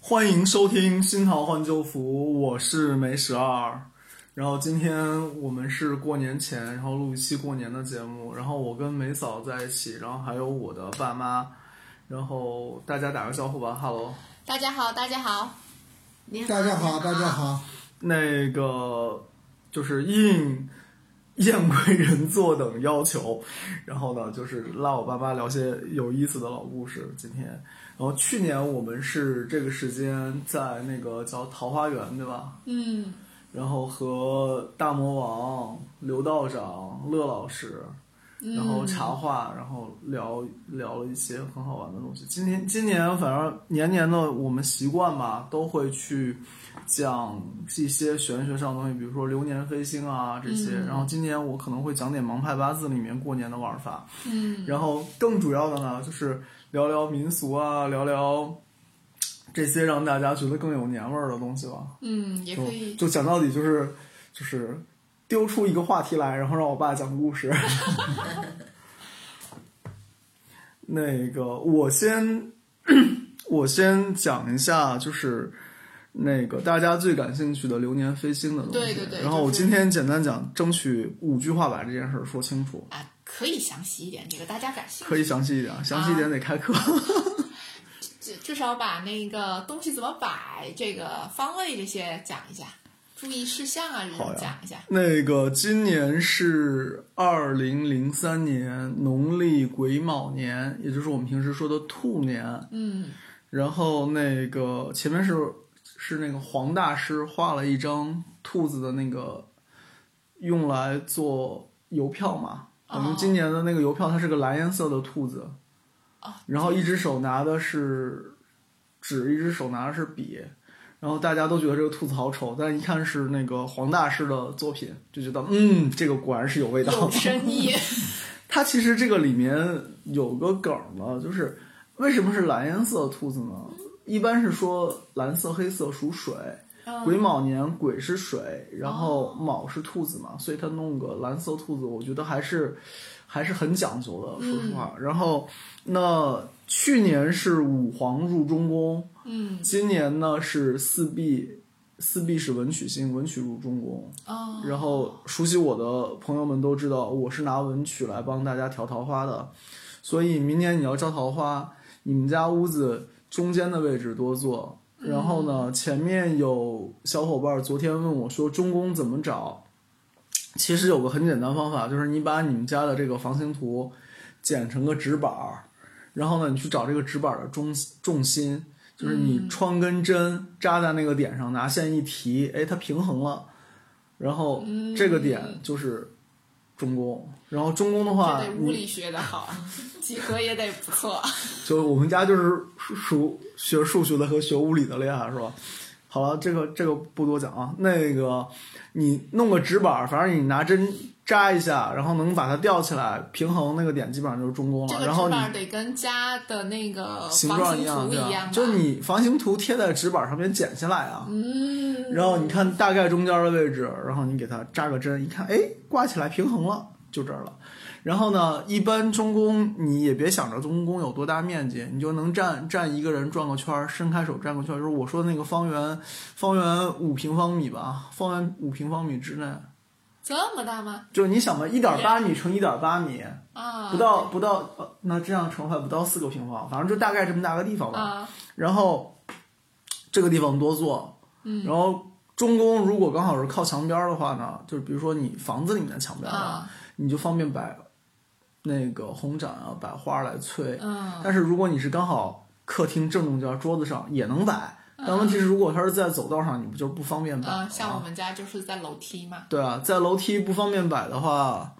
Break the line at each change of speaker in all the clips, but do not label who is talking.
欢迎收听《新桃换旧符》，我是梅十二。然后今天我们是过年前，然后录一期过年的节目。然后我跟梅嫂在一起，然后还有我的爸妈。然后大家打个招呼吧哈喽。
大家好，大家好，你
大家好，大家。好，
那个就是应燕归人坐等要求，然后呢，就是拉我爸妈聊些有意思的老故事。今天，然后去年我们是这个时间在那个叫桃花源，对吧？
嗯，
然后和大魔王、刘道长、乐老师，
嗯
然后茶话，然后聊聊了一些很好玩的东西。今天今年反正年年的我们习惯吧，都会去讲一些玄学上的东西，比如说流年飞星啊这些。然后今年我可能会讲点盲派八字里面过年的玩法。
嗯，
然后更主要的呢，就是聊聊民俗啊，聊聊这些让大家觉得更有年味儿的东西吧。
嗯，也可以。
就讲到底就是就是丢出一个话题来，然后让我爸讲故 事。那个，我先 我先讲一下，就是那个大家最感兴趣的流年飞星的东西。
对对对
然后我
就是
今天简单讲，争取五句话把这件事儿说清楚，
啊，可以详细一点，这个大家感兴趣。
可以详细一点，详细一
啊
点得开课。
至至少把那个东西怎么摆、这个方位这些讲一下，注意事项啊这
好
种
呀
讲一下。
那个今年是二零零三年农历癸卯年，也就是我们平时说的兔年。
嗯
然后那个前面是是那个黄大师画了一张兔子的那个，用来做邮票嘛。我们今年的那个邮票，它是个蓝颜色的兔子，
哦
然后一只手拿的是纸，一只手拿的是笔，然后大家都觉得这个兔子好丑，但一看是那个黄大师的作品，就觉得嗯，这个果然是有味道的，
有 深意。
它其实这个里面有个梗呢，就是为什么是蓝颜色兔子呢？一般是说蓝色、黑色属水，癸卯年癸是水，然后卯是兔子嘛，所以它弄个蓝色兔子，我觉得还是还是很讲究的，说实话。然后那去年是五黄入中宫，
嗯
今年呢是四碧，四碧是文曲星，文曲入中宫。
哦，
然后熟悉我的朋友们都知道，我是拿文曲来帮大家调桃花的，所以明年你要招桃花，你们家屋子中间的位置多做。然后呢，前面有小伙伴昨天问我说中宫怎么找，其实有个很简单方法，就是你把你们家的这个房型图剪成个纸板儿，然后呢，你去找这个纸板儿的中重心，就是你穿根针扎在那个点上，拿线一提，哎，它平衡了。然后这个点就是中宫，然后中宫的话
这，得物
你
理学的好，啊
嗯
几何也得 不错。
就是我们家就是数学数学的和学物理的厉害是吧？好了，这个这个不多讲啊。那个你弄个纸板儿，反正你拿针扎一下，然后能把它吊起来，平衡那个点基本上就是中宫
这
了。
个
然后
纸
你
板得跟家的那个
形
房
状
形
样，
图
对
一
啊
样，吧，
就是你房型图贴在纸板上面剪下来啊，
嗯，
然后你看大概中间的位置，然后你给它扎个针，一看，哎，挂起来平衡了，就这儿了。然后呢，一般中宫你也别想着中宫有多大面积，你就能站站一个人转个圈儿，伸开手转个圈儿，就是我说的那个方圆，方圆五平方米吧，方圆五平方米之内，
这么大吗？
就是你想吧，一点八米乘一点八米，
啊，
不到不到，呃那这样乘法不到四个平方，反正就大概这么大个地方吧。
啊，
然后这个地方多做，嗯，然后中宫如果刚好是靠墙边儿的话呢，就是比如说你房子里面的墙边儿
啊
你就方便摆那个红盏啊、摆花儿来催。
嗯
但是如果你是刚好客厅正中间桌子上也能摆，但问题是如果它是在走道上，你不就不方便摆了
嗯啊，
吗？
像我们家就是在楼梯嘛。
对啊，在楼梯不方便摆的话，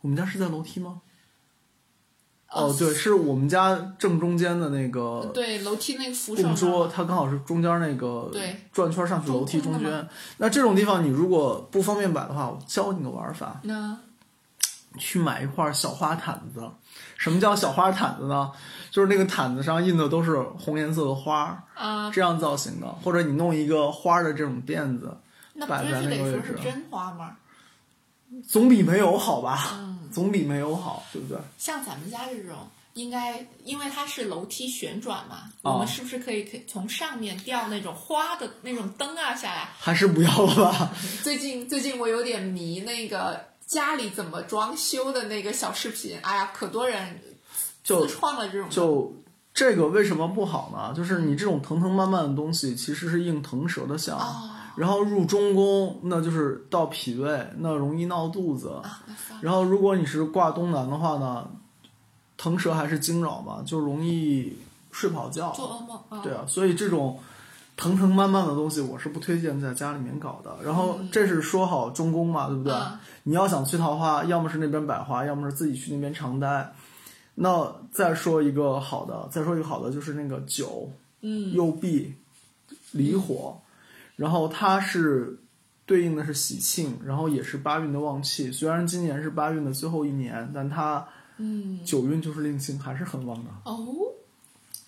我们家是在楼梯吗？哦，对，是我们家正中间的那个
呃对，楼梯那个扶手
供桌，
上，
它刚好是中间那个
对
转圈上去楼梯中
中空的
间。那这种地方你如果不方便摆的话，我教你个玩法，
那
去买一块小花毯子。什么叫小花毯子呢？就是那个毯子上印的都是红颜色的花，
啊，
这样造型的，或者你弄一个花的这种垫子，
那
摆
不
在
是
那
得
个位
说
置啊
是，真花吗？嗯
总比没有好吧？总比没有好，对不对？
像咱们家这种，应该，因为它是楼梯旋转嘛，
哦
我们是不是可以可以从上面吊那种花的那种灯啊下来？
还是不要了吧。
最近最近我有点迷那个家里怎么装修的那个小视频，哎呀，可多人
就
自创了这种。
就这个为什么不好呢？就是你这种藤藤蔓蔓的东西，其实是应腾蛇的象。
哦
然后入中宫，那就是到脾胃，那容易闹肚子。
啊，那算了
然后如果你是挂东南的话呢，腾蛇还是惊扰嘛，就容易睡不好觉。
做噩梦啊。
对啊，所以这种藤藤蔓蔓的东西，我是不推荐在家里面搞的。然后这是说好中宫嘛，对不对？
嗯
你要想催桃花，要么是那边百花，要么是自己去那边常待。那再说一个好的，再说一个好的就是那个酒，
嗯，
右臂，离火，然后它是对应的是喜庆，然后也是八运的旺气。虽然今年是八运的最后一年，但它
嗯，
九运就是令性还是很旺的。
哦，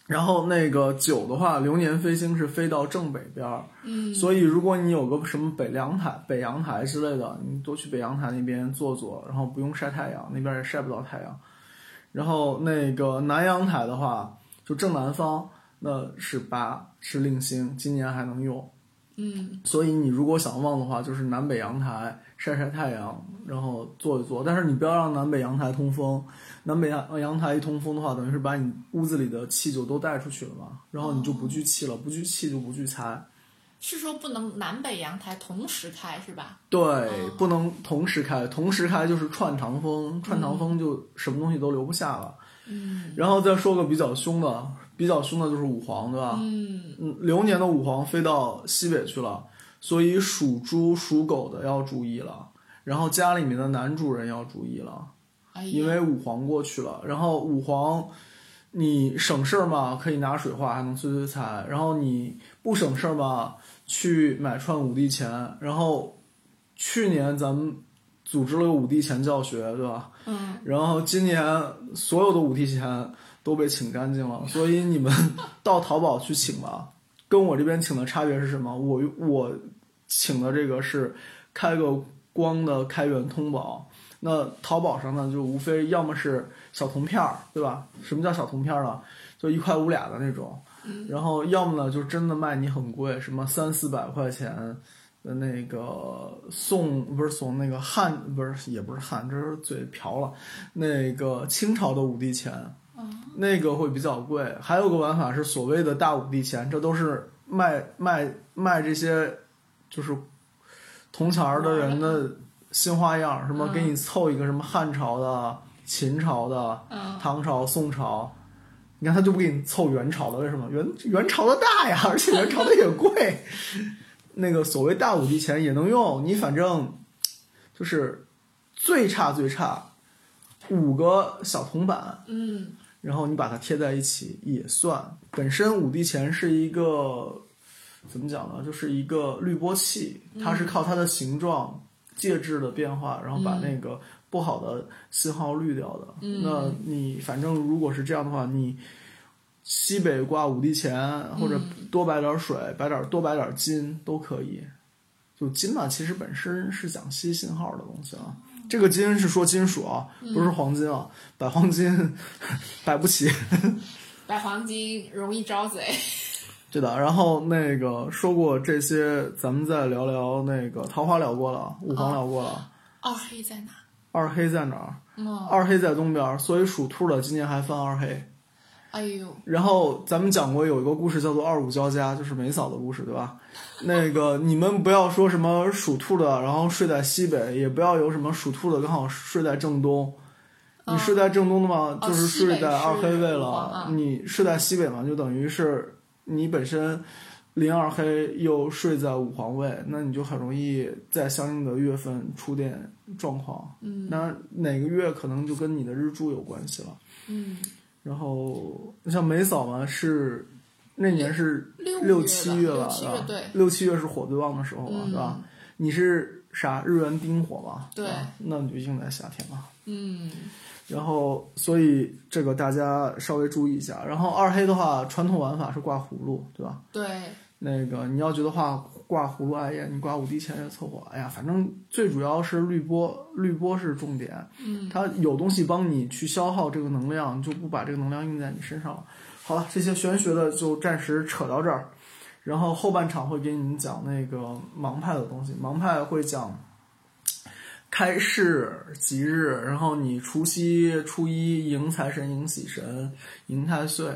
然后那个九的话，流年飞星是飞到正北边儿，
嗯，
所以如果你有个什么北凉台、北阳台之类的，你多去北阳台那边坐坐，然后不用晒太阳，那边也晒不到太阳。然后那个南阳台的话，就正南方，那是八是令星，今年还能用。
嗯，
所以你如果想旺的话，就是南北阳台晒晒太阳，然后坐一坐。但是你不要让南北阳台通风，南北阳呃阳台一通风的话，等于是把你屋子里的气就都带出去了嘛，然后你就不聚气了，不聚气就不聚财。
是说不能南北阳台同时开是吧？嗯
对，不能同时开，同时开就是串堂风，串堂风就什么东西都留不下了。
嗯
然后再说个比较凶的，比较凶的就是五黄，对吧？
嗯，
嗯，流年的五黄飞到西北去了，所以属猪、属狗的要注意了，然后家里面的男主人要注意了，
哎呀，
因为五黄过去了，然后五黄。你省事儿嘛，可以拿水化，还能催催财。然后你不省事儿嘛，去买串五帝钱。然后去年咱们组织了个五帝钱教学，对吧？
嗯，
然后今年所有的五帝钱都被请干净了，所以你们到淘宝去请吧。 跟我这边请的差别是什么？我我请的这个是开个光的开源通宝，那淘宝上呢就无非要么是小铜片儿，对吧？什么叫小铜片儿呢？就一块五俩的那种，然后要么呢就真的卖你很贵，什么三四百块钱。的那个宋不是宋那个汉不是也不是汉，这是嘴瓢了。那个清朝的五帝钱，那个会比较贵。还有个玩法是所谓的大五帝钱，这都是卖卖卖这些就是铜钱儿的人的新花样儿，什么给你凑一个什么汉朝的、秦朝的、
嗯
唐朝、宋朝。你看他就不给你凑元朝的，为什么？元元朝的大呀，而且元朝的也贵。那个所谓大五帝钱也能用，你反正就是最差最差五个小铜板，
嗯
然后你把它贴在一起也算。本身五帝钱是一个怎么讲呢？就是一个滤波器，它是靠它的形状、介质的变化，然后把那个不好的信号滤掉的。
嗯
那你反正如果是这样的话，你西北挂五帝钱，或者多摆点水，摆点多摆点金都可以。就金嘛，其实本身是讲吸信号的东西啊。这个金是说金属啊，不是黄金啊，摆黄金 摆不起，
摆黄金容易招贼。
对的。然后那个说过这些，咱们再聊聊那个桃花聊过了，啊五黄聊过了，
二哦黑在哪？
二黑在哪儿？
嗯，
二黑在东边儿，所以属兔的今年还犯二黑。
哎呦，
然后咱们讲过有一个故事叫做二五交加，就是梅嫂的故事，对吧？那个你们不要说什么属兔的，然后睡在西北，也不要有什么属兔的刚好睡在正东。你睡在正东的嘛，
嗯哦
就是睡在二黑位
西北是
了；
黄啊
你睡在西北嘛，就等于是你本身临二黑又睡在五黄位，那你就很容易在相应的月份出点状况。嗯，那哪个月可能就跟你的日柱有关系了。
嗯，
然后像梅嫂嘛是那年是
六
六
月
七
吧
月
六
吧，
七
是吧
月对嗯
六七月是火最旺的时候嘛，对吧？你是啥日元丁火嘛？
对
吧那你就应在夏天嘛。
嗯，
然后，所以这个大家稍微注意一下。然后二黑的话，传统玩法是挂葫芦，对吧？
对，
那个你要觉得画挂葫芦艾叶，你挂五帝钱也凑合。哎呀，反正最主要是滤波，滤波是重点。嗯，它有东西帮你去消耗这个能量，你就不把这个能量用在你身上了。好了，这些玄学的就暂时扯到这儿，然后后半场会给你们讲那个盲派的东西。盲派会讲开市吉日，然后你除夕、初一迎财神、迎喜神、迎太岁，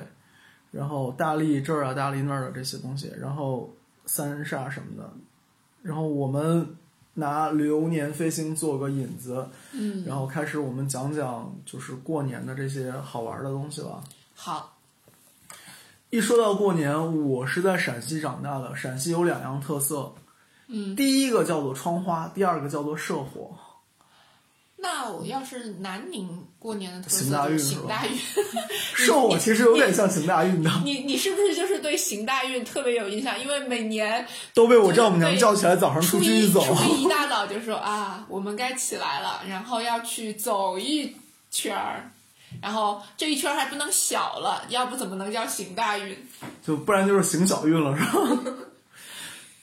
然后大力这儿啊、大力那儿的这些东西，然后三人煞什么的，然后我们拿流年飞星做个引子，
嗯，
然后开始我们讲讲就是过年的这些好玩的东西吧。
好，
一说到过年，我是在陕西长大的。陕西有两样特色，
嗯，
第一个叫做窗花，第二个叫做社火。
那我要是南宁过年的特
邢大
色
运
就是邢
吧
大运，
社火其实有点像邢大运的，
你你是不是就是对邢大运特别有印象？因为每年
都被我丈母娘叫起来早上出
初
去
一
走。
初一一大早就说啊，我们该起来了，然后要去走一圈儿，然后这一圈儿还不能小了，要不怎么能叫邢大运？
就不然就是行小运了， 是吧？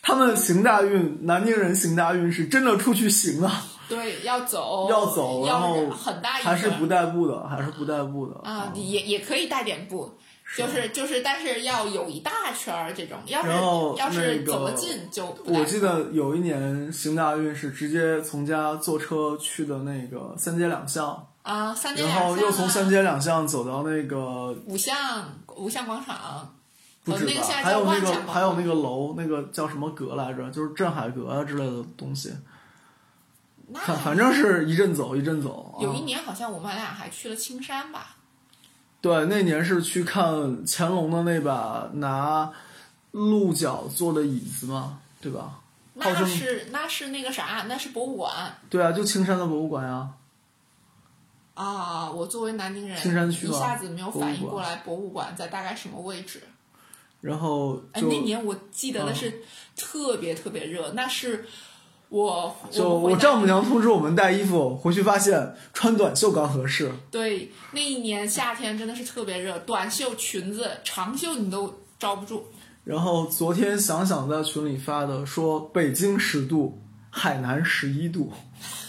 他们行大运，南宁人行大运是真的出去行啊，
对，要走
要走，然后
哦要很大一
还是
圈儿
不带步的，还是不带步的
啊，也也可以带点步，就是就是，但是要有一大圈儿这种，要是
然后
要
那
是
个
怎么进就不带
我记得有一年行大运是直接从家坐车去的那个三街两巷，
啊，三街
然
两巷、啊，
后又从三街两巷走到那个
五巷五巷广场，
不
呃
止
那个
吧，
现在
还
叫
有那
万
个
象吧
还有那个楼，那个叫什么阁来着？就是镇海阁啊之类的东西。
那
反反正是一阵走一阵走。啊
有一年好像我们俩还去了青山吧，
对，那年是去看乾隆的那把拿鹿角做的椅子嘛，对吧？号
那
称
是那是那个啥，那是博物馆
对啊，就青山的博物馆呀、
啊！我作为南宁人，
青山区
一
吧
下子没有反应
博物
过来博物馆在大概什么位置。
然后
哎，
就、嗯
那年我记得的是特别特别热，那是我
就
我们回
我
南
丈母娘通知我们带衣服，回去发现穿短袖刚合适。
对那一年夏天真的是特别热，短袖、裙子、长袖你都招不住。
然后昨天想想在群里发的说北京十度，海南十一度，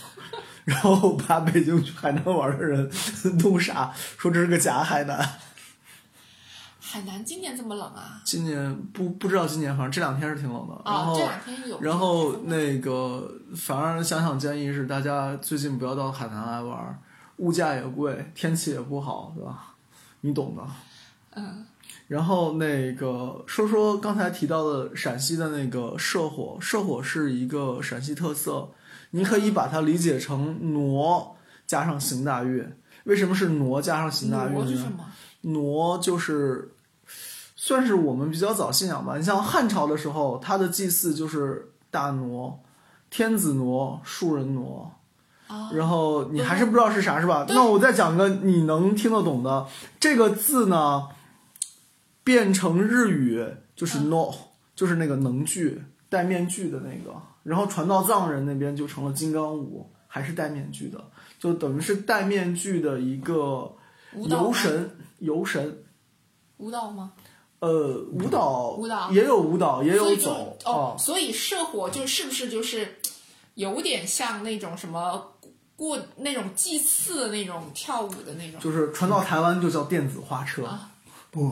然后把北京去海南玩的人 弄傻，说这是个假海南。
海南今年这么冷啊？
今年不不知道今年，反正这两天是挺冷的。然
啊，
后
这两天有。
然后那个，反正想想建议是，大家最近不要到海南来玩儿，物价也贵，天气也不好，对吧？你懂的。
嗯，
然后那个说说刚才提到的陕西的那个社火，社火是一个陕西特色，你可以把它理解成傩加上邢大运。为什么是傩加上邢大
我
运
是
呢
什？么？
傩就是算是我们比较早信仰吧。你像汉朝的时候，他的祭祀就是大傩、天子傩、庶人傩。
啊
然后你
对
还是不知道是啥是吧？那我再讲个你能听得懂的。这个字呢，变成日语就是
嗯
no，、就是那个能具戴面具的那个。然后传到藏人那边就成了金刚舞，还是戴面具的，就等于是戴面具的一个
舞蹈
游
吗
神，游神。
舞蹈吗？
呃，舞蹈，
舞蹈
也有舞蹈，也
所
有
以就
走
哦
啊，，
所以社火就是不是就是有点像那种什么过那种祭祀的那种跳舞的那种
就是传到台湾就叫电子花车。
啊
不，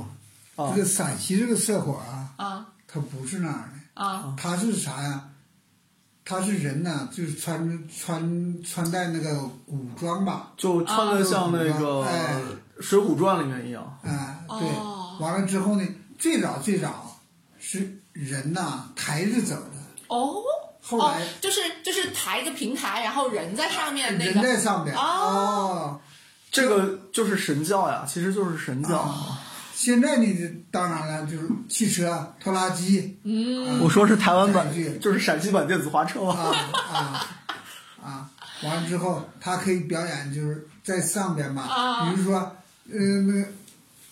啊
这个陕西这个社火啊，
哦啊
它不是那样的，
啊
它是啥呀？它是人呐、就是穿穿穿戴那个古装吧，
就穿的像那个
啊哎
《水浒传》里面一样，
啊、对，
哦
完了之后呢，最早最早是人呐、抬着走的，
哦
后
哦
来，
就是就是抬一个平台，然后人在上面那
人在
个
上边、
哦
哦。
这个就是神教呀，其实就是神教。
啊现在呢，当然了，就是汽车、拖拉机，
嗯
啊
我说是台湾版
载具，
就是陕西版电子花车
嗯啊
嘛。
啊啊！完了之后，他可以表演，就是在上边嘛，
啊
比如说，呃，那个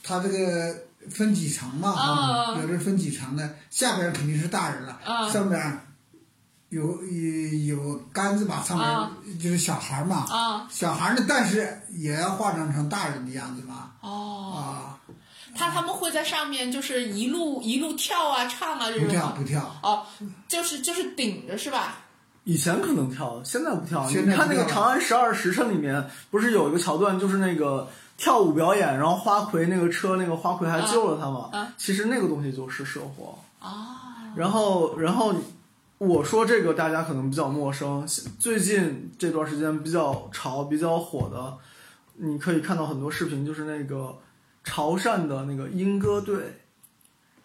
他这个分几层嘛，
啊
有的分几层的，下边肯定是大人了，
啊
上边有有有杆子吧，上边、
啊
就是小孩嘛，
啊
小孩呢，但是也要化妆成大人的样子嘛，
哦
啊，
他他们会在上面就是一路一路跳啊唱啊这
不
种
跳
吗。
不跳，
哦，就是就是顶着是吧？
以前可能跳，现在不跳。
现
你
在不
看那个
跳
《
了
长安十二时辰》里面，不是有一个桥段，就是那个跳舞表演，然后花魁那个车，那个花魁还救了他嘛？
啊啊
其实那个东西就是社火。
啊，
然后，然后我说这个大家可能比较陌生，最近这段时间比较潮、比较火的，你可以看到很多视频，就是那个潮汕的那个莺歌队，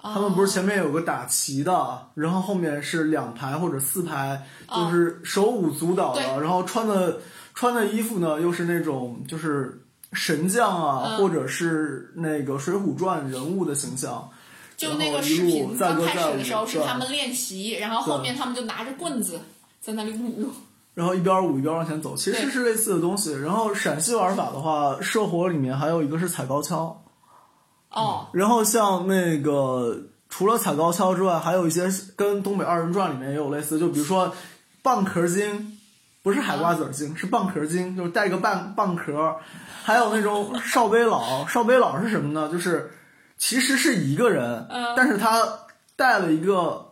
哦
他们不是前面有个打旗的，然后后面是两排或者四排，
啊
就是手舞足蹈的，
哦对
然后穿的穿的衣服呢又是那种就是神将啊，
嗯
或者是那个《水浒传》人物的形象。
就
然
那个
后一
视
路
频
载
刚
歌
开
载
始
舞
的时候是
对
他们练习，然后后面他们就拿着棍子在那里舞。
然后一边舞一边往前走，其实
对
是类似的东西。然后陕西玩法的话，社火里面还有一个是踩高跷，
哦，
然后像那个除了踩高跷之外，还有一些跟东北二人转里面也有类似，就比如说蚌壳精，不是海瓜子儿精，是蚌壳精，就是带个蚌蚌壳，还有那种少杯佬，少杯佬是什么呢？就是其实是一个人，
嗯
但是他带了一个。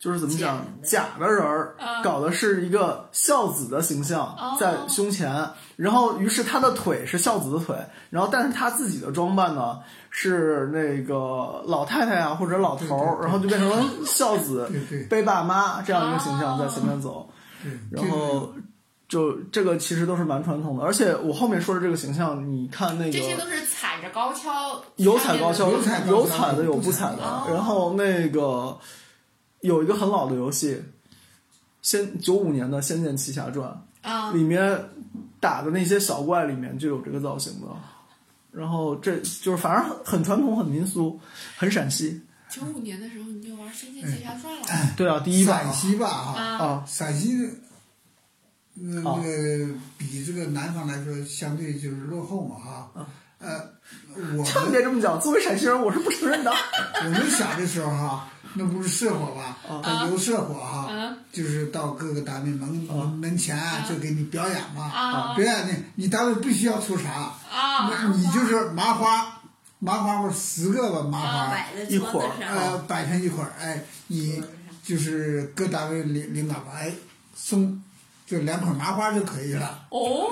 就是怎么讲假的人儿，
嗯
搞的是一个孝子的形象
哦
在胸前，然后于是他的腿是孝子的腿，然后但是他自己的装扮呢是那个老太太啊或者老头
对对
儿，
对
然后就变成孝子
对对
背爸妈这样一个形象在前
哦
面走，
对，
然后就这个其实都是蛮传统的，而且我后面说的这个形象，你看那个
这些都是踩着高跷，
有踩高跷，
有踩高跷
有踩的，有
不
踩
踩
的
的。
哦
然后那个有一个很老的游戏，仙九五年的《仙剑奇侠传
啊》，
里面打的那些小怪里面就有这个造型的。然后这就是反正很很传统、很民俗、很陕西。
九五年的时候你就玩《仙剑奇侠传》了
对啊，第一把
陕西吧哈，
啊？
啊，
陕西的那
啊
那个比这个南方来说相对就是落后嘛哈，呃，我
千万
们
别这么讲。作为陕西人，我是不承认的。
我们小的时候哈，那不是社火吧，它游社火哈
啊，
就是到各个单位门门门前啊就给你表演嘛，
啊
表演呢，你单位不需要出啥，
啊！
你就是麻花，麻花不是十个吧，麻
啊
花。
摆在桌子上，
呃，摆成一会儿，哎，你就是各单位领领导吧，哎，送就两捆麻花就可以了。
哦，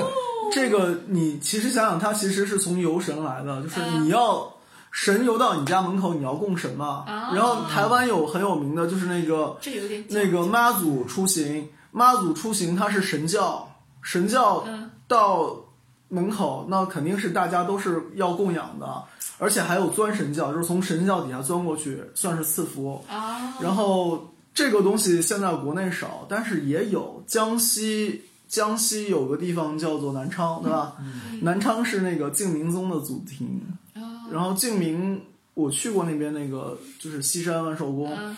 这个你其实想想，它其实是从游神来的，就是
啊
你要神游到你家门口，你要供神嘛。
啊
然后台湾有很有名的，就是那个
这 有点
那个妈祖出行，妈祖出行它是神教，神教
嗯
到门口那肯定是大家都是要供养的，而且还有钻神教，就是从神教底下钻过去，算是赐福。
啊，
然后这个东西现在国内少，但是也有江西。江西有个地方叫做南昌，对吧？南昌是那个晋明宗的祖庭，
啊
然后晋明我去过那边那个就是西山万寿宫，
啊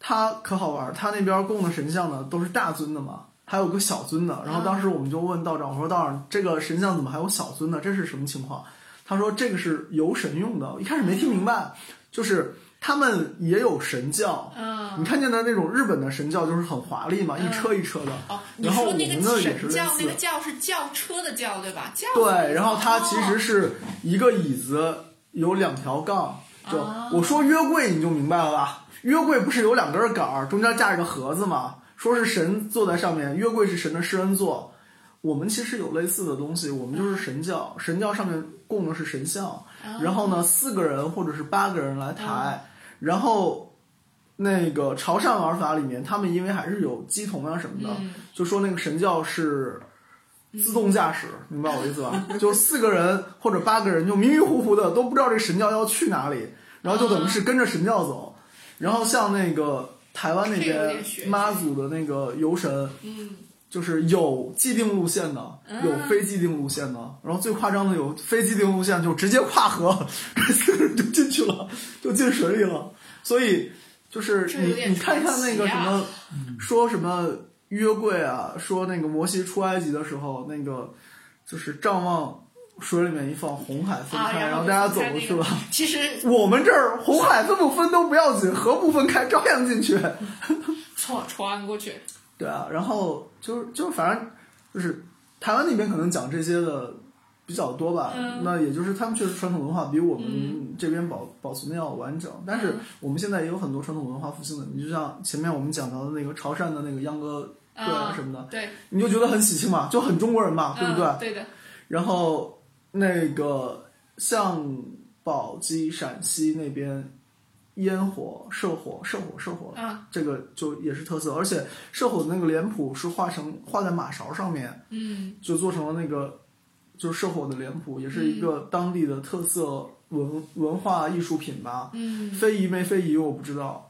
它可好玩儿，它那边供的神像呢都是大尊的嘛，还有个小尊的。
嗯
然后当时我们就问道长，我说道长，这个神像怎么还有小尊的？这是什么情况？他说这个是游神用的。我一开始没听明白，就是他们也有神教，
啊
你看见的那种日本的神教就是很华丽嘛，
嗯
一车一车的。
哦，你
然后
说
我
那
们
个
呢也
神
是类
教，那
似
个。轿是轿车的轿，对吧？轿子
对，然后它其实
哦
是一个椅子，有两条杠。就
哦
我说约柜，你就明白了吧？约柜不是有两根杆儿，中间架着个盒子嘛？说是神坐在上面，约柜是神的施恩座。我们其实有类似的东西，我们就是神教，神教上面供的是神像，然后呢，四个人或者是八个人来抬，然后那个潮汕玩法里面，他们因为还是有鸡童啊什么的，
嗯
就说那个神教是自动驾驶，明白我意思吧？ 就是四个人或者八个人就迷迷糊糊的都不知道这神教要去哪里，然后就等于是跟着神教走。然后像那个台湾那
这有
边
点玄学
妈祖的那个游神，
嗯
就是有既定路线的，有非既定路线的。然后最夸张的有非既定路线，就直接跨河， 四个人就进去了，就进水里了。所以就是
这
你
有点
你看看那个什么
传，啊
说什么约柜啊，说那个摩西出埃及的时候，那个就是张望水里面一放，红海分
啊，
开，然
后
后大家
就
走
看
过
那
去
个
了。
其实
我们这儿红海分不分都不要紧，河不分开照样进去。
穿穿过去，
对啊，然后就是就是反正就是台湾那边可能讲这些的比较多吧。
嗯
那也就是他们确实传统文化比我们
嗯
这边保、保存的要完整，但是
嗯
我们现在也有很多传统文化复兴的。你就像前面我们讲到的那个潮汕的那个秧歌队啊
啊
什么的，
对，
你就觉得很喜庆嘛，就很中国人嘛，对不对？
嗯，对的，
然后那个像宝鸡、陕西那边烟火、社火、社火、社火，
嗯
这个就也是特色。而且社火的那个脸谱是画成画在马勺上面，
嗯
就做成了那个就是社火的脸谱，也是一个当地的特色文文化艺术品吧。
嗯
非遗没非遗我不知道。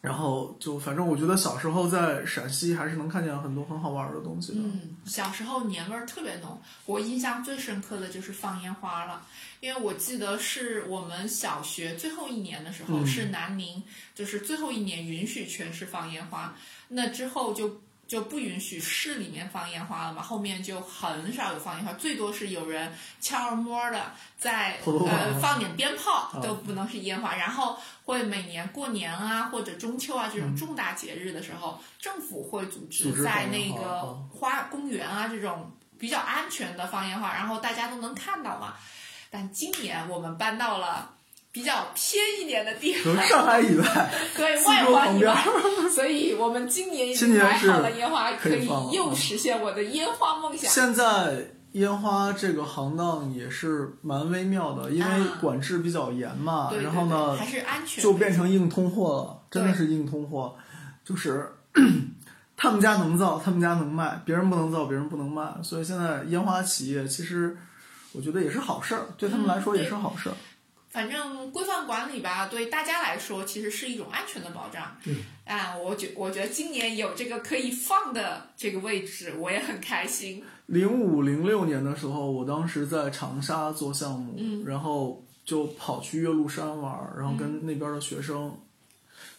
然后就反正我觉得小时候在陕西还是能看见很多很好玩的东西的。
嗯，小时候年味儿特别浓，我印象最深刻的就是放烟花了，因为我记得是我们小学最后一年的时候，
嗯
是南宁，就是最后一年允许全市放烟花，那之后就。就不允许市里面放烟花了嘛，后面就很少有放烟花，最多是有人悄摸的在
偷偷放
呃
啊
放点鞭炮，
啊
都不能是烟花。然后会每年过年啊或者中秋啊这
嗯
种重大节日的时候，政府会组
组织
织在
放烟
那
花
个
啊
花公园啊这种比较安全的放烟花，然后大家都能看到嘛。但今年我们搬到了比较偏一点的地
除
方
了，上海 以外，
对
四
外
周
环
旁
哎以
边
外，所以我们今年已
今
经
年
买
是
好了烟花，
可
可
以
以
放了啊
又实现我的烟花梦想。
现在烟花这个行当也是蛮微妙的，因为管制比较严嘛，
啊对对
啊然后
对，
呢
还是安全
就
为
变
主
成硬通货了，真的
对
是硬通货，就是 他们家能造，他们家能卖，别人不能造，别人不能卖，所以现在烟花企业其实我觉得也是好事儿，对他们来说
嗯
也是好事儿。
反正规范管理吧，对大家来说其实是一种安全的保障。
对，
嗯
啊，我觉我觉得今年有这个可以放的这个位置，我也很开心。
零五零六年的时候，我当时在长沙做项目，
嗯
然后就跑去岳麓山玩儿，然后跟那边的学生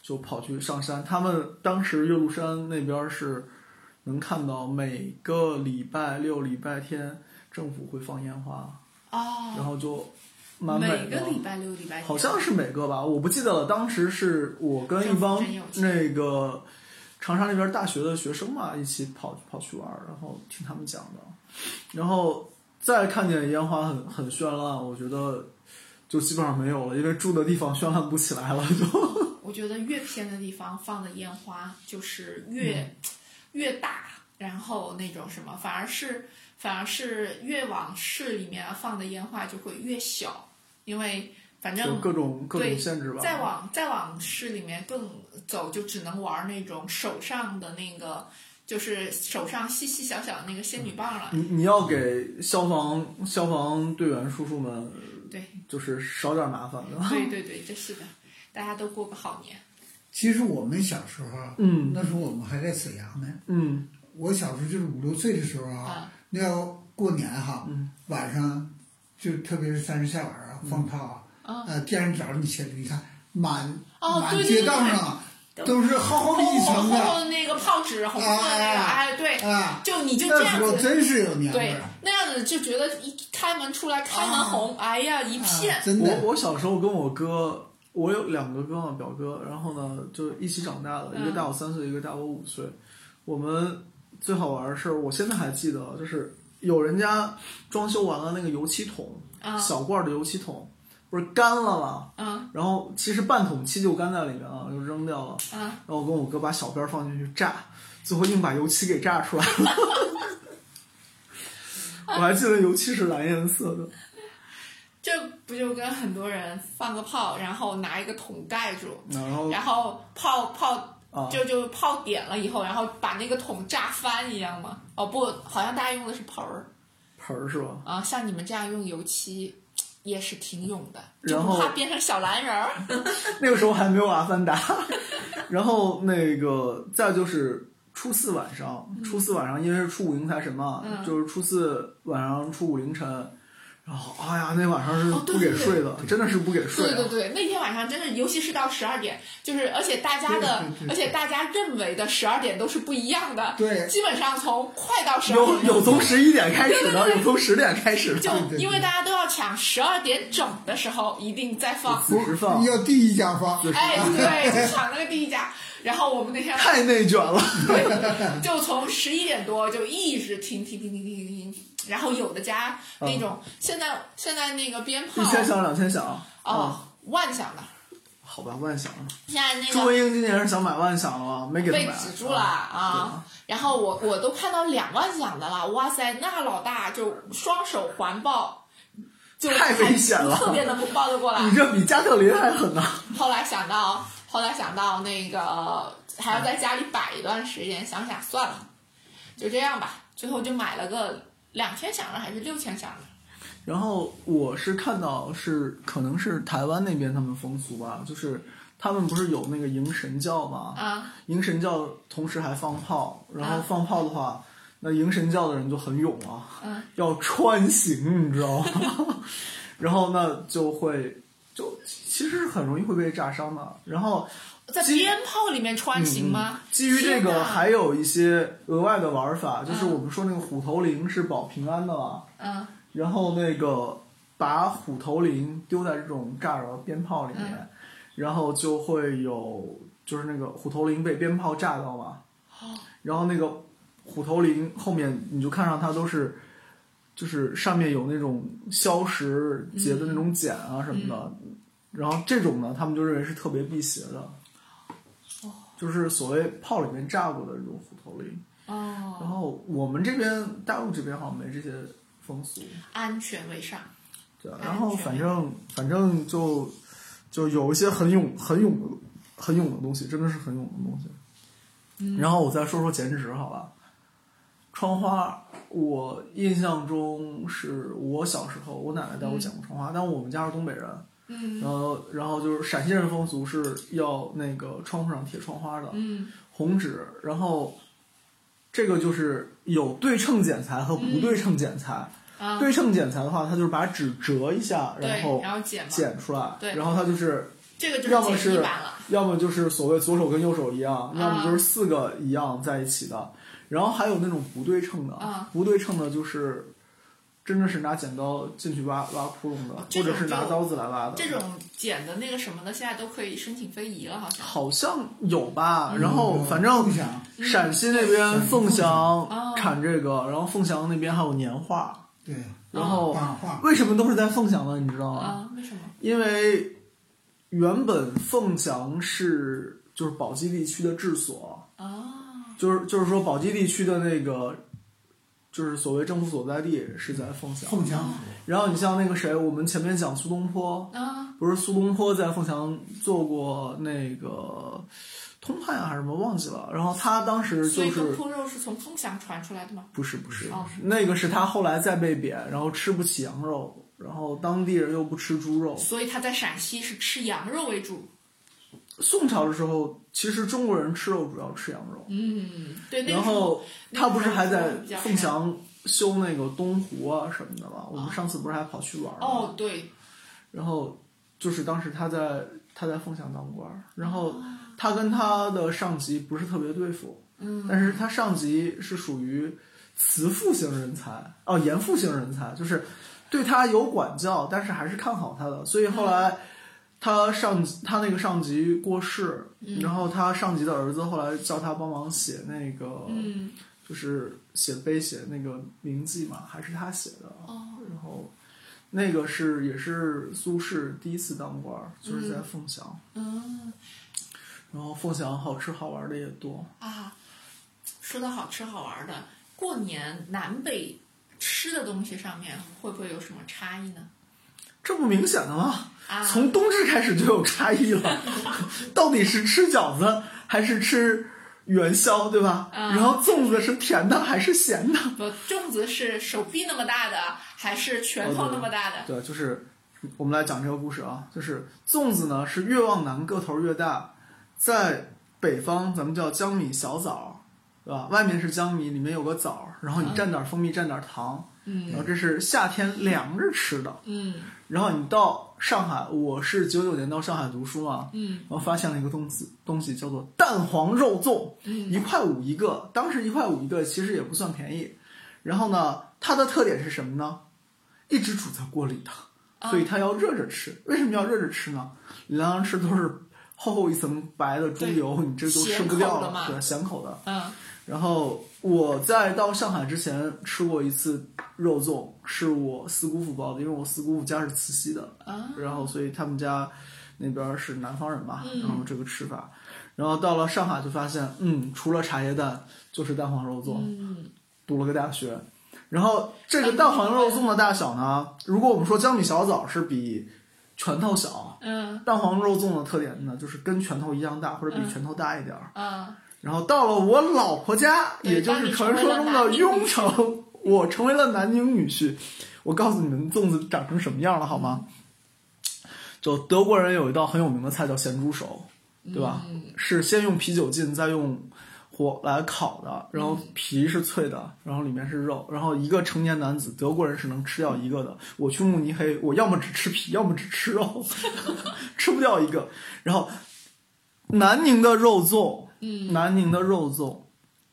就跑去上山。他们当时岳麓山那边是能看到每个礼拜六、礼拜天政府会放烟花，然
哦，
后就蛮美
每
的
个。礼拜六、礼拜天
好像是每个吧，我不记得了。当时是我跟一帮
政府真有钱
那个长沙那边大学的学生嘛，一起跑跑去玩儿，然后听他们讲的，然后再看见烟花很很绚烂，我觉得就基本上没有了，因为住的地方绚烂不起来了， 就
我觉得越偏的地方放的烟花就是越、
嗯
越大，然后那种什么，反而是反而是越往市里面放的烟花就会越小，因为反
有
正
各种各种
对
限制吧。
再往再往市里面更走，就只能玩那种手上的那个，就是手上细细小小的那个仙女棒了。
嗯
你你要给消防消防队员叔叔们
对
就是少点麻烦的。
对对对，这是的，大家都过个好年。
其实我们小时候啊，
嗯
那时候我们还在沈阳呢。
嗯
我小时候就是五六岁的时候啊
啊，
那要过年哈，
嗯
晚上就特别是三十下晚啊，放炮啊，
啊
呃，第二天早上你起来，你看满、
哦
满
对对
街
对哦
道上啊都是厚厚的一层
厚厚
的，
的那个炮纸，红色的那个，
啊
哎，对，
啊，
就你就这
那
样
时候
子，
真是有年味
对
儿，啊
那样子就觉得一开门出来，开门红，哎呀，一
啊
片，
真
我
的。
我小时候跟我哥，我有两个哥嘛，表哥，然后呢就一起长大的，
嗯
一个大我三岁，一个大我五岁。我们最好玩的是，我现在还记得，啊就是有人家装修完了那个油漆桶，
啊
小罐儿的油漆桶，不是干了吗？
啊
然后其实半桶漆就干在里面了，就扔掉了。
啊！
然后我跟我哥把小边儿放进去炸，最后硬把油漆给炸出来了。我还记得油漆是蓝颜色的，
这不就跟很多人放个炮，然后拿一个桶盖住，
然后
然后炮炮
嗯啊，
就就泡点了以后，然后把那个桶炸翻一样嘛。哦不，好像大家用的是盆儿
盆儿是吧？
啊，像你们这样用油漆也是挺勇的，就
然
不
后
怕变成小蓝人儿。
那个时候还没有阿凡达。 然后那个再就是初四晚上，初四晚上因为是初五迎财神嘛，
嗯
就是初四晚上、初五凌晨，然后哎呀，那晚上是
哦对
不给
对对
睡的，真的是不给睡、啊。
对对对，那天晚上真的，尤其是到十二点，就是而且大家的
对对，对
而且大家认为的十二点都是不一样的。
对
基本上从快到十二
有
点
有从十一点开始的，有从十点开始的，
就因为大家都要抢十二点整的时候，一定在放。
不时放，
要第一家放，
哎，对，就抢那个第一家。然后我们那天晚上
太内卷了。
就从十一点多就一直听听听听听听，然后有的家那种、现在现在那个鞭 炮
一千响两千响
哦
啊，，
万响的，
好吧，万响。
现在那
朱
个
文英今年是想买万响了吗？没给
哎被
他买。
止住了啊。然后我我都看到两万响的了，哇塞，那老大就双手环抱，就
太危险了嗯
还特别能够抱得过来
啊对吧。你这比加特林还狠呐！
后来想到，后来想到那
哎
个还要在家里摆一段时间，想想算了，就这样吧。最后就买了个两千响的还是六千响的，
然后我是看到是可能是台湾那边他们风俗吧，就是他们不是有那个迎神教吗？
啊，
迎神教同时还放炮，然后
啊
放炮的话，那迎神教的人就很勇啊，
嗯
要穿行，你知道吗？ 然后那就会就其实是很容易会被炸伤的。然后
在
基嗯
鞭炮里面穿行吗？
基于这
天
个，
哪
还有一些额外的玩法，就是
嗯
我们说那个虎头铃是保平安的嘛，
嗯
然后那个把虎头铃丢在这种炸着鞭炮里面，然后就会有就是那个虎头铃被鞭炮炸到嘛，然后那个虎头铃后面你就看上它都是。就是上面有那种消石结的那种茧啊什么的，然后这种呢，他们就认为是特别辟邪的，就是所谓炮里面炸过的这种虎头铃。然
哦，
后我们这边大陆这边好像没这些风俗，
安全为上。
对啊，
安全
然后反正反正就就有一些很勇很勇的很勇的东西，真的是很勇的东西。然后我再说说剪纸好了。窗花，我印象中是我小时候，我奶奶带我剪过窗花，但我们家是东北人，
嗯
然后然后就是陕西人风俗是要那个窗户上贴窗花的，
嗯
红纸，然后这个就是有对称剪裁和不对称剪裁。
啊，
对称剪裁的话，它就是把纸折一下，
对，
后
然后剪嘛，
剪出来，
对
然后它就是
这个
要
就
么
是剪
是
一版了。啊
要么就是所谓左手跟右手一样，要么就是四个一样在一起的。然后还有那种不对称的，
啊
不对称的就是真的是拿剪刀进去挖挖窟窿的，
这
或
种
者是拿刀子来挖的。
这种剪的那个什么的，现在都可以申请非遗了，好像。
好像有吧，然后反正
不想
陕西那边凤
嗯
翔产这个，然后凤翔那边还有年画，
对
然后
版画，
为什么都是在凤翔呢？你知道吗？
啊，为什么？
因为原本凤翔是就是宝鸡地区的治所，
啊，
就是就是说宝鸡地区的那个就是所谓政府所在地是在凤翔。
凤翔府
然后你像那个谁，我们前面讲苏东坡，
啊，
不是苏东坡在凤翔做过那个通判啊还是什么忘记了，然后他当时
所
就
以东
是。
坡肉是从凤翔传出来的吗？
不是不是
哦，
那个是他后来再被贬，然后吃不起羊肉，然后当地人又不吃猪肉。
所以他在陕西是吃羊肉为主。
宋朝的时候，其实中国人吃肉主要吃羊肉，
嗯，对，那个
然
时候
后他不是还在
那个时候
凤翔修那个东湖啊什么的吗？我们上次不是还跑去玩吗？
哦，对，
然后就是当时他在他在凤翔当官儿，然后
哦
他跟他的上级不是特别对付，
嗯，
但是他上级是属于慈父型人才哦，严父型人才，就是对他有管教，但是还是看好他的，所以后来。他上他那个上级过世，
嗯
然后他上级的儿子后来叫他帮忙写那个，
嗯，
就是写碑写那个铭记嘛，还是他写的。
哦
然后那个是也是苏轼第一次当官儿，就是在凤翔。
嗯
然后凤翔好吃好玩的也多，
啊，说到好吃好玩的，过年南北吃的东西上面会不会有什么差异呢？
这不明显的吗？
啊，
从冬至开始就有差异了，到底是吃饺子还是吃元宵，对吧？
嗯
然后粽子是甜的还是咸的？
不，粽子是手臂那么大的，还是拳头那么大的？
哦对，就是我们来讲这个故事啊，就是粽子呢是越往南个头越大，在北方咱们叫江米小枣，对吧？外面是江米，里面有个枣，然后你蘸点蜂蜜，蘸点糖，
嗯
然后这是夏天凉着吃的。
嗯
然后你到上海，我是九九年到上海读书嘛，
嗯
然后发现了一个东西，东西叫做蛋黄肉粽，
嗯
一块五一个，当时一块五一个，其实也不算便宜。然后呢，它的特点是什么呢？一直
啊
煮在锅里的，所以它要热着吃。为什么要热着吃呢？你凉凉吃都是厚厚一层白的猪油，你这都吃不
咸
掉
口的嘛
对，咸口的。
嗯，
然后我在到上海之前吃过一次肉粽，是我四姑父包的，因为我四姑父家是慈溪的，
啊
然后所以他们家那边是南方人嘛，
嗯
然后这个吃法。然后到了上海就发现，嗯，除了茶叶蛋就是蛋黄肉粽，
嗯，
读了个大学。然后这个蛋黄肉粽的大小呢，如果我们说江米小枣是比拳头小，
嗯
蛋黄肉粽的特点呢就是跟拳头一样大，或者比
嗯
拳头大一点儿。
嗯，
然后到了我老婆家，
对
也就是传说中的雍城，我成为了南宁女婿。我告诉你们，粽子长成什么样了好吗？就德国人有一道很有名的菜叫咸猪手，对吧？是先用啤酒浸，再用火来烤的，然后皮是脆的，然后里面是肉，然后一个成年男子，德国人是能吃掉一个的。我去慕尼黑，我要么只吃皮，要么只吃肉， 吃不掉一个。然后
嗯
南宁的肉粽，嗯，南宁的肉粽，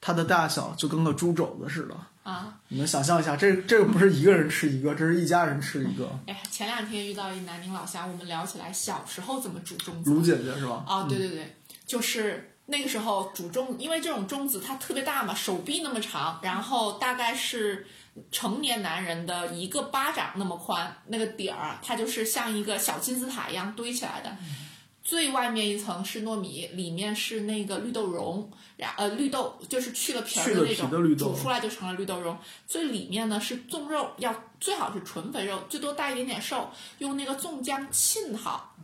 它的大小就跟个猪肘子似的。
啊，
你们想象一下，这这个不是一个人吃一个，这是一家人吃一个。
哎呀，前两天遇到一南宁老乡，我们聊起来小时候怎么煮粽子。
卢姐姐是吧？
啊，对对对，就是那个时候煮粽，因为这种粽子它特别大嘛，手臂那么长，然后大概是成年男人的一个巴掌那么宽，那个底儿它就是像一个小金字塔一样堆起来的。
嗯
最外面一层是糯米，里面是那个绿豆蓉，然呃绿豆就是去了皮儿
去了
的那
皮
种，
的绿豆
煮出来就成了绿豆蓉。最里面呢是粽肉，要最好是纯肥肉，最多带一点点瘦，用那个粽浆浸好，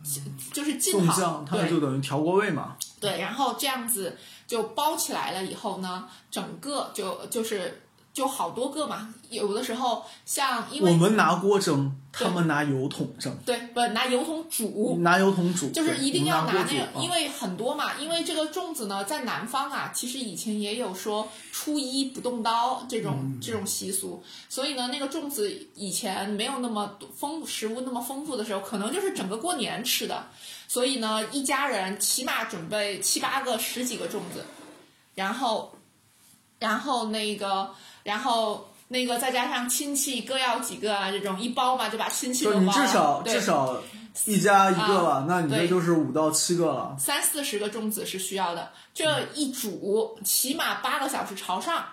就是浸
嗯粽
好，
酱它
对
就等于调过味嘛。
对，然后这样子就包起来了以后呢，整个就就是就好多个嘛，有的时候像因
我
为
们拿锅蒸，他们拿油桶蒸，
对不拿油桶煮。
拿油桶煮，
就是一定要
对
拿
我
那
们
个，
锅
因
煮。啊
为很多嘛，因为这个粽子呢，在南方啊，其实以前也有说初一不动刀
嗯
这种这种习俗，所以呢，那个粽子以前没有那么多丰食物那么丰富的时候，可能就是整个过年吃的，所以呢，一家人起码准备七八个、十几个粽子，然后，然后那个，然后那个再加上亲戚各要几个啊，这种一包嘛，就把亲戚都
就
包
你
了。
至少
对
至少一家一个吧，
啊
那你这
对
就是五到七个了。
三四十个粽子是需要的，
嗯
这一煮起码八个小时朝上。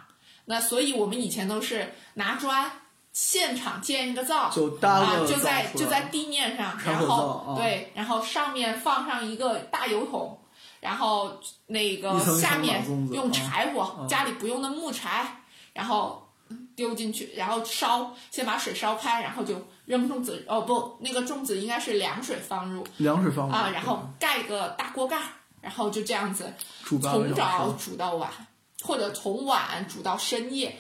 那所以我们以前都是拿砖现场建一个灶，
就搭
啊
个，
就在
灶出来
就在地面上，
柴
然
火
后
灶啊
对，然后上面放上一个大油桶。然后那个
一层一层
下面
老粽子
用
啊
柴火，家里不用的木柴，然后丢进去，然后烧，先把水烧开，然后就扔粽子。哦不，那个粽子应该是凉水放入，
凉水放入
啊，然后盖个大锅盖，儿，然后就这样子
煮八个
从
小
早
时。
煮到晚，或者从晚煮到深夜。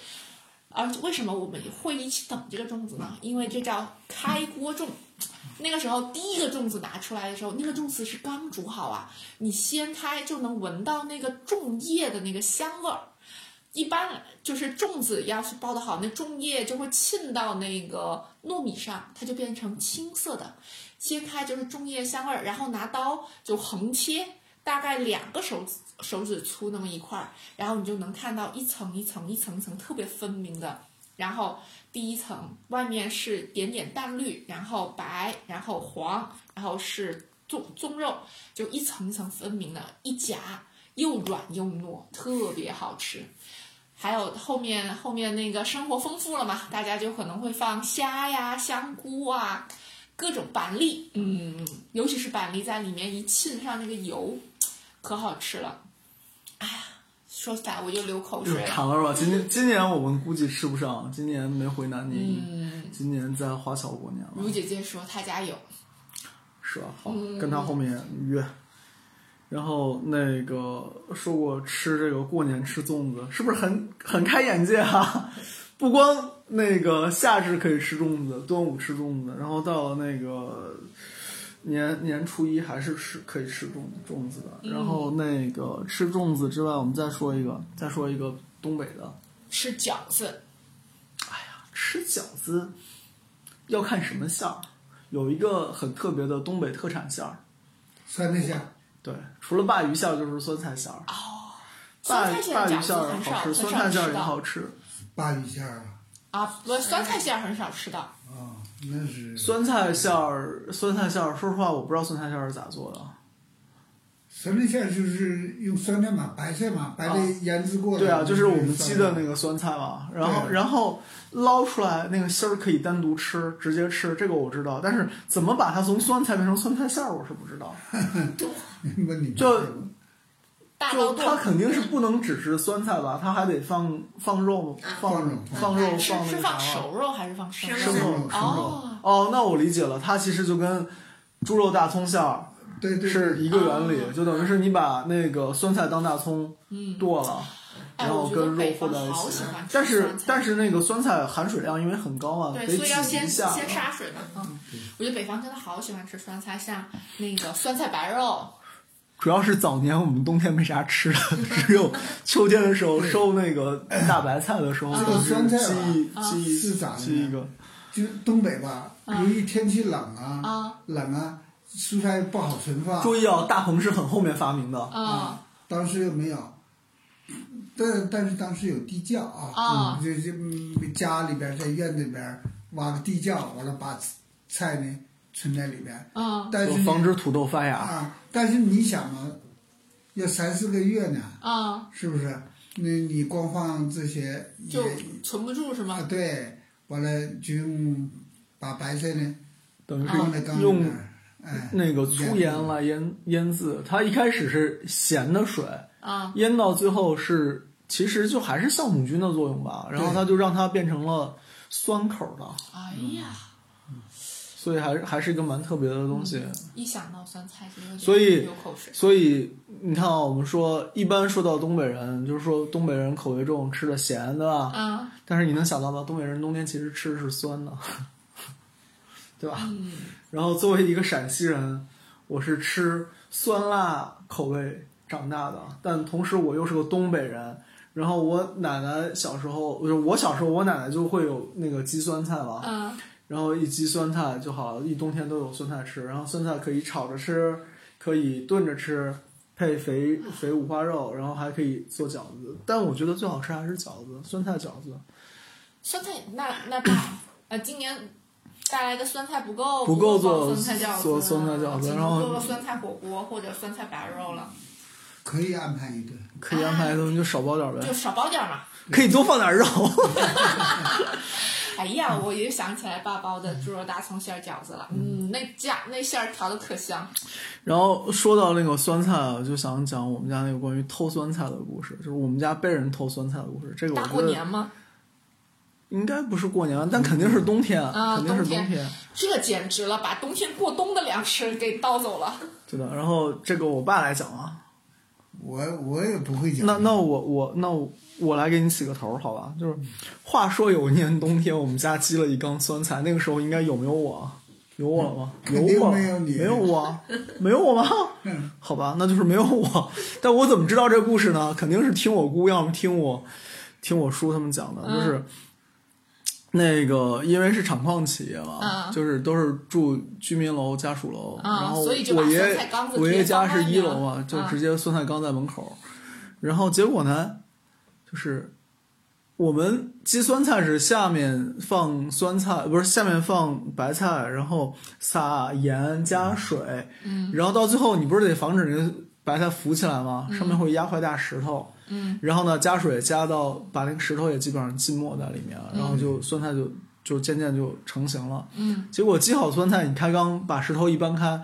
啊，为什么我们会一起等这个粽子呢？因为这叫开锅粽。那个时候，第一个粽子拿出来的时候，那个粽子是刚煮好啊，你掀开就能闻到那个粽叶的那个香味儿。一般就是粽子要是包的好，那粽叶就会沁到那个糯米上，它就变成青色的。切开就是粽叶香味儿，然后拿刀就横切，大概两个手指手指粗那么一块儿，然后你就能看到一层一层一层一层特别分明的。然后第一层外面是点点淡绿，然后白，然后黄，然后是粽粽肉，就一层一层分明的，一夹又软又糯，特别好吃。还有后面后面那个生活丰富了嘛，大家就可能会放虾呀、香菇啊，各种板栗，嗯，尤其是板栗在里面一沁上那个油，可好吃了。哎呀，说起来我又流口水了。
馋了是吧？今年今年我们估计吃不上，今年没回南宁，今年在华侨过年了，
如姐姐说她家有，
是吧？好，跟他后面约。然后那个说过吃这个过年吃粽子，是不是很很开眼界啊？ 不光那个夏至可以吃粽子，端午吃粽子，然后到了那个年年初一还是吃可以吃粽粽子的。然后那个吃粽子之外，我们再说一个，再说一个东北的，
吃饺子，
吃饺子要看什么馅儿，有一个很特别的东北特产馅儿，
酸菜馅儿，
对，除了鲅鱼馅儿就是酸菜馅儿。
啊酸
鲅
菜
鲅
馅饺
鱼
子
馅儿
很
好
少
吃，
很
酸菜馅
少
儿
吃
也
到
好吃。
鲅鱼馅儿啊，
啊，不，酸菜馅儿很少吃到，
啊，那是
酸菜馅儿，酸菜馅儿，说实话，我不知道酸菜馅儿是咋做的。
神力线就是用酸菜码、白菜码、白的腌制过的。
对啊，就是我们鸡的那
个。
个酸菜嘛，然后
对
然后捞出来那个芯儿可以单独吃，直接吃，这个我知道。但是怎么把它从酸菜变成酸菜馅儿，我是不知道。
问你
就
大刀
就它
剁
肯定是不能只是酸菜吧，它还得放放肉、
啊
放
放肉
放肉、
嗯哎是
放那
是
个啥
放
嘛。
熟肉还是放生
生
肉
肉，
生
肉
哦哦，那我理解了，它其实就跟猪肉大葱馅儿
对对
是一个原理，
哦
就等于是你把那个酸菜当大葱
嗯，
剁了，
哎，
然后
我觉得
跟肉
北
混
方
在一
好
起
喜欢。吃
但是
酸菜
但是那个酸菜含水量因为很高啊，得
对，所以要
挤一
先
下。
先杀水嘛。嗯，我觉得北方真的好喜欢吃酸菜，像那个酸菜白肉，
主要是早年我们冬天没啥吃的， 只有秋天的时候收那个大白菜的时候，
这
就
个
是
酸菜
记
吧
一
啊
记
是
一
咋的
记一
呢？
个，
就东北吧，
啊
由于天气冷啊，
啊
冷啊，蔬菜不好存 放。
注意哦，大棚是很后面发明的，
嗯，
啊当时又没有，但但是当时有地窖啊，
啊
嗯、就就嗯家里边儿在院子里边儿挖个地窖，完了把菜呢存在里边儿，
嗯
但
就是
呢
防止土豆发芽。
啊，但是你想啊，要三四个月呢，
嗯，
是不是？那你光放这些也
就存不住是
啊
吗？
对，完了就用把白菜呢
等于是
放在缸里
嗯用
边儿，哎，
那个粗盐来腌腌制，它一开始是咸的水，
啊
腌到最后是其实就还是酵母菌的作用吧，然后它就让它变成了酸口的，
哎呀，
所以还是还是一个蛮特别的东西。
一想到酸菜就有点
所以
流口水。
所以你看啊，我们说一般说到东北人，就是说东北人口味重，吃的啊咸，对吧？
嗯
但是你能想到吗？东北人冬天其实吃的是酸的， 对吧？
嗯，
然后作为一个陕西人，我是吃酸辣口味长大的，但同时我又是个东北人。然后我奶奶小时候，就是我小时候，我奶奶就会有那个鸡酸菜嘛，
嗯
然后一鸡酸菜就好了，一冬天都有酸菜吃。然后酸菜可以炒着吃，可以炖着吃，配肥肥五花肉，然后还可以做饺子。但我觉得最好吃还是饺子，酸菜饺子
酸菜那那大呃，今年带来的酸菜不够，
不够
够
做
放酸菜饺子，
做酸菜饺子
只能
然后
做个酸菜火锅或者酸菜白肉了，
可以安排一顿。
可以安排一顿，就少包点儿呗
就，少包点儿嘛。
可以多放点儿肉。
哎呀，
嗯
我又想起来爸包的猪肉大葱馅儿饺子了，嗯，那酱那馅儿调的可香。
然后说到那个酸菜啊，就想讲我们家那个关于偷酸菜的故事，就是我们家被人偷酸菜的故事。这个我
大
觉
过
得
年吗？
应该不是过年，但肯定是冬天，
啊
肯定是
冬天
冬天。
这简直了，把冬天过冬的粮食给盗走了。
对的。然后这个我爸来讲啊，
我我也不会讲，
那那我我那我我来给你起个头儿好吧？就是话说有一年冬天，我们家积了一缸酸菜，那个时候应该有没有我啊？有我了吗？
嗯肯定
我了
没有你
没有我啊，没有我吗？
嗯
好吧，那就是没有我。但我怎么知道这个故事呢？肯定是听我姑，要么听我听我叔他们讲的，
嗯
就是那个因为是厂矿企业嘛，
啊
就是都是住居民楼、家属楼，
啊
然后
所以就把
我爷
酸菜缸子
我爷爷
直接放
家是
外
一
面
楼嘛，
了
就
啊
直接酸菜缸在门口。然后结果呢，就是我们鸡酸菜是下面放酸菜，不是下面放白菜，然后撒盐加水，
嗯
然后到最后你不是得防止那个白菜浮起来吗？上面会压块大石头，
嗯，
然后呢加水加到把那个石头也基本上浸没在里面，然后就酸菜就就渐渐就成型了。
嗯，
结果鸡好酸菜，你开缸把石头一搬开。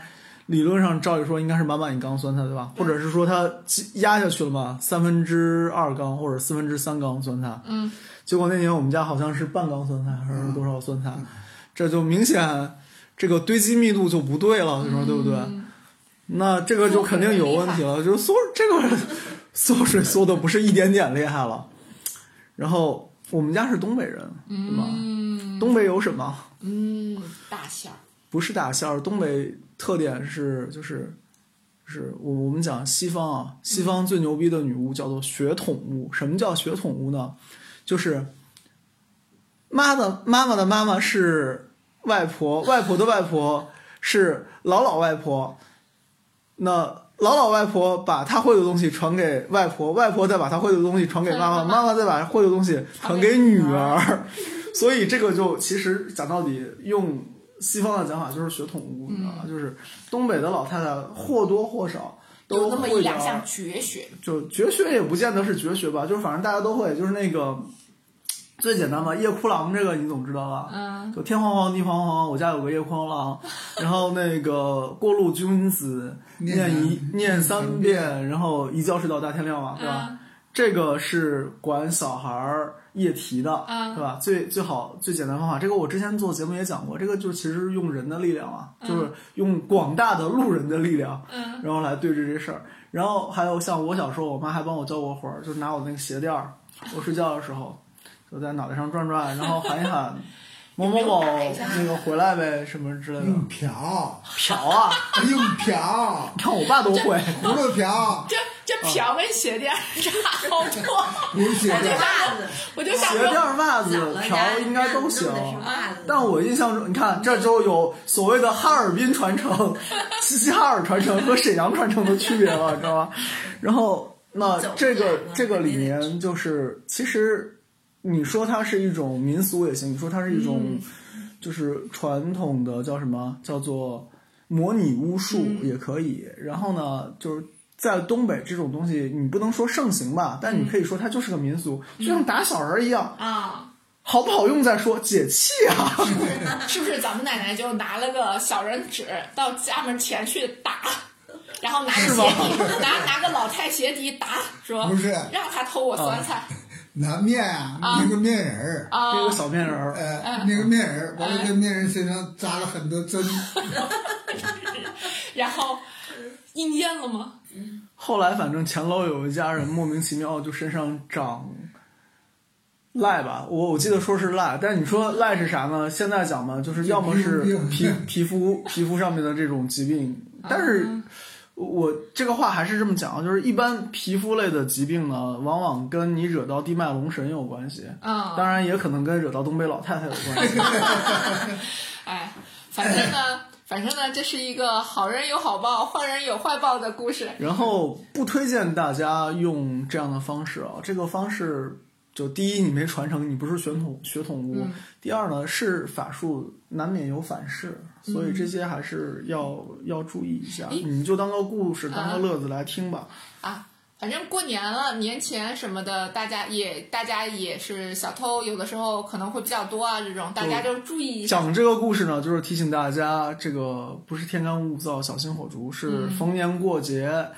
理论上照理说应该是满满一缸酸菜对
嗯
吧？或者是说它鸡压下去了嘛，三分之二缸或者四分之三缸酸菜。
嗯，
结果那年我们家好像是半缸酸菜还是多少酸菜，
嗯
这就明显这个堆积密度就不对了，你说对不对？
嗯
那这个就肯定有问题了，就是缩这个 缩水缩的不是一点点厉害了。然后我们家是东北人，对吧？
嗯
东北有什么？
嗯，大馅儿，
不是打馅儿，东北特点是就是就是我我们讲西方啊，西方最牛逼的女巫叫做血统巫。什么叫血统巫呢？就是妈的妈妈的妈妈是外 婆，外婆的外婆是老老外婆，那老老外婆把她会的东西传给外婆，外婆再把她会的东西传给妈妈，
传给妈
妈妈再把会的东西传给女儿。所以这个就其实讲到底，用
嗯
西方的讲法就是血统无，你知道吧？就是东北的老太太或多或少
有
都
那么
会
一两
的啊
项绝学，
就绝学也不见得是绝学吧，就是反正大家都会，就是那个最简单吧，夜哭郎这个你总知道吧？
嗯，
就天黄黄地黄黄，我家有个夜哭郎，然后那个过路君子念一念三遍，然后一觉睡到大天亮嘛，对吧？
嗯
这个是管小孩儿夜啼的，
嗯
对吧？最最好最简单方法，这个我之前做节目也讲过，这个就是其实用人的力量啊，就是用广大的路人的力量，
嗯，
然后来对峙这事儿。然后还有像我小时候，我妈还帮我教过活儿，就是拿我那个鞋垫儿，我睡觉的时候 就在脑袋上转转，然后喊一喊某某某
有没有打一下
那个回来呗什么之类的，
用瓢，
嫖啊，
用哎瓢，
看我爸都会。
葫芦瓢，
这这
啊
瓢跟鞋垫儿差好多，
流血
我就
的，
想着，我就想
鞋垫
着，
儿、袜子
老、人
瓢
家
应该都行
弄。的是袜子
但我印象中，你看这就有所谓的哈尔滨传 承、齐齐哈尔传承和沈阳传承的区别了，知道 吗？然后那
走
这个
不了
这个里
那
面就是，其实你说它是一种民俗也行，你说它是一
嗯
种就是传统的叫什么叫做模拟巫术
嗯
也可以。然后呢，就是。在东北这种东西，你不能说盛行吧，但你
嗯
可以说它就是个民俗，就像打小人一样，
啊、
好不好用再说，解气啊！
是不是咱们奶奶就拿了个小人纸到家门前去打，然后拿个鞋底，拿拿个老太鞋底打，说
不是
让他偷我酸菜
拿面啊，那个面人儿，
啊
这个小面人儿，
呃，那个面人儿，完
啊
了这面人身上扎了很多 针，
然后阴间了吗？
后来反正前楼有一家人莫名其妙就身上长癞吧，我我记得说是癞，但你说癞是啥呢？现在讲嘛，就是要么是
皮肤
皮
病啊
皮肤皮肤上面的这种疾病，但是。我这个话还是这么讲啊，就是一般皮肤类的疾病呢，往往跟你惹到地脉龙神有关系，
啊
嗯，
当然也可能跟惹到东北老太太有关 系。
哎，反正呢，反正呢，这是一个好人有好报，坏人有坏报的故事。
然后不推荐大家用这样的方式啊，这个方式就第一，你没传承，你不是血统血统巫；第二呢，是法术难免有反噬，所以这些还是要、要注意一下。
咦
你就当个故事，当
啊
个乐子来听吧。
啊，反正过年了，年前什么的，大家也大家也是小偷，有的时候可能会比较多啊，这种大家就注意一下。
讲这个故事呢，就是提醒大家，这个不是天干物燥，小心火烛，
嗯
是逢年过节。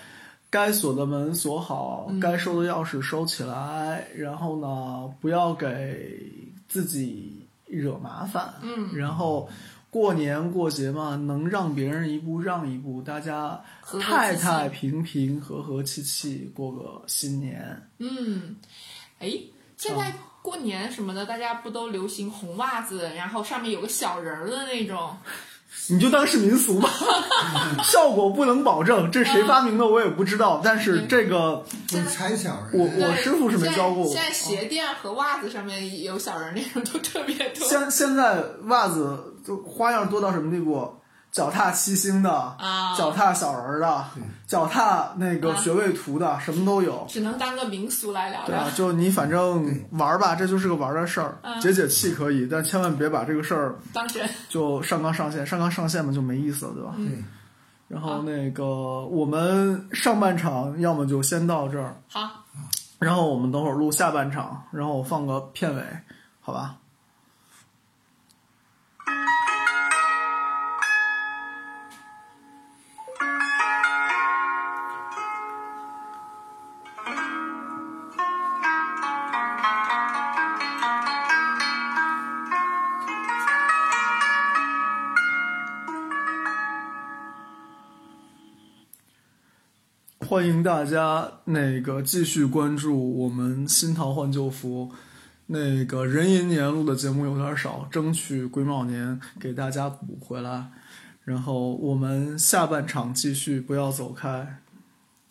该锁的门锁好，该收的钥匙收起来，然后呢，不要给自己惹麻烦。
嗯，
然后过年过节嘛，能让别人一步让一步，大家
和和气气
太太平平、和和气气过个新年。
嗯，哎，现
嗯
在过年什么的，大家不都流行红袜子，然后上面有个小人儿的那种？
你就当是民俗 吧，效果不能保证，这谁发明的我也不知道。但是
嗯
这个
就踩小人。
我
对
我师傅是没教过我
现在现在鞋垫和袜子上面有小人儿那种都特别多
现现在袜子就花样多到什么地步？脚踏七星的，
啊，
脚踏小人儿的，脚踏那个学位图的，什么都有。
只能当个民俗来聊
对
聊
啊。，就你反正玩儿吧，这就是个玩儿的事儿，
嗯
解解气可以，但千万别把这个事儿
当真，
就上纲上线，上纲上线嘛就没意思了，对吧？
嗯
对，
然后那个我们上半场要么就先到这儿，
好，
然后我们等会儿录下半场，然后我放个片尾，好吧？欢迎大家那个继续关注我们新桃换旧符。那个壬寅年录的节目有点少，争取癸卯年给大家补回来。然后我们下半场继续，不要走开。